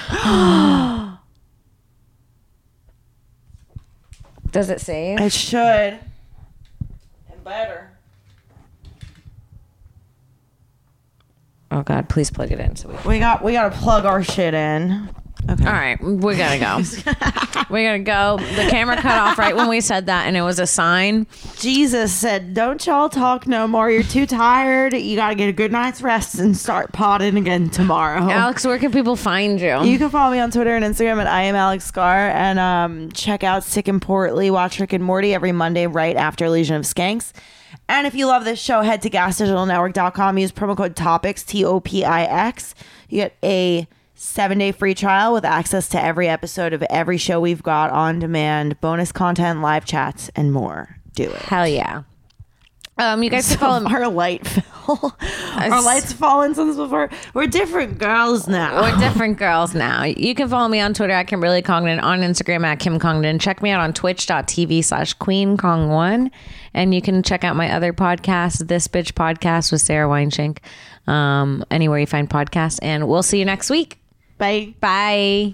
Does it save? It should. And better. Oh God! Please plug it in. So we. We got. We got to plug our shit in. Okay. All right, we gotta go. we gotta go. The camera cut off right when we said that, and it was a sign. Jesus said, "Don't y'all talk no more. You're too tired. You gotta get a good night's rest and start potting again tomorrow." Alex, where can people find you? Oh. You can follow me on Twitter and Instagram at I am Alex Scar and um, check out Sick and Portly. Watch Rick and Morty every Monday right after Legion of Skanks. And if you love this show, head to gasdigitalnetwork.com. Use promo code TOPICS, T O P I X. You get a seven day free trial with access to every episode of every show we've got on demand, bonus content, live chats, and more. Do it. Hell yeah. Um, you guys can follow me. Our light fell. Our light's fallen since before. We're different girls now. We're different girls now. You can follow me on Twitter at Kimberly Congdon, on Instagram at Kim Congdon. Check me out on twitch.tv slash Queen Kong One. And you can check out my other podcast, This Bitch Podcast with Sarah Weinschenk, um, anywhere you find podcasts. And we'll see you next week. Bye. Bye.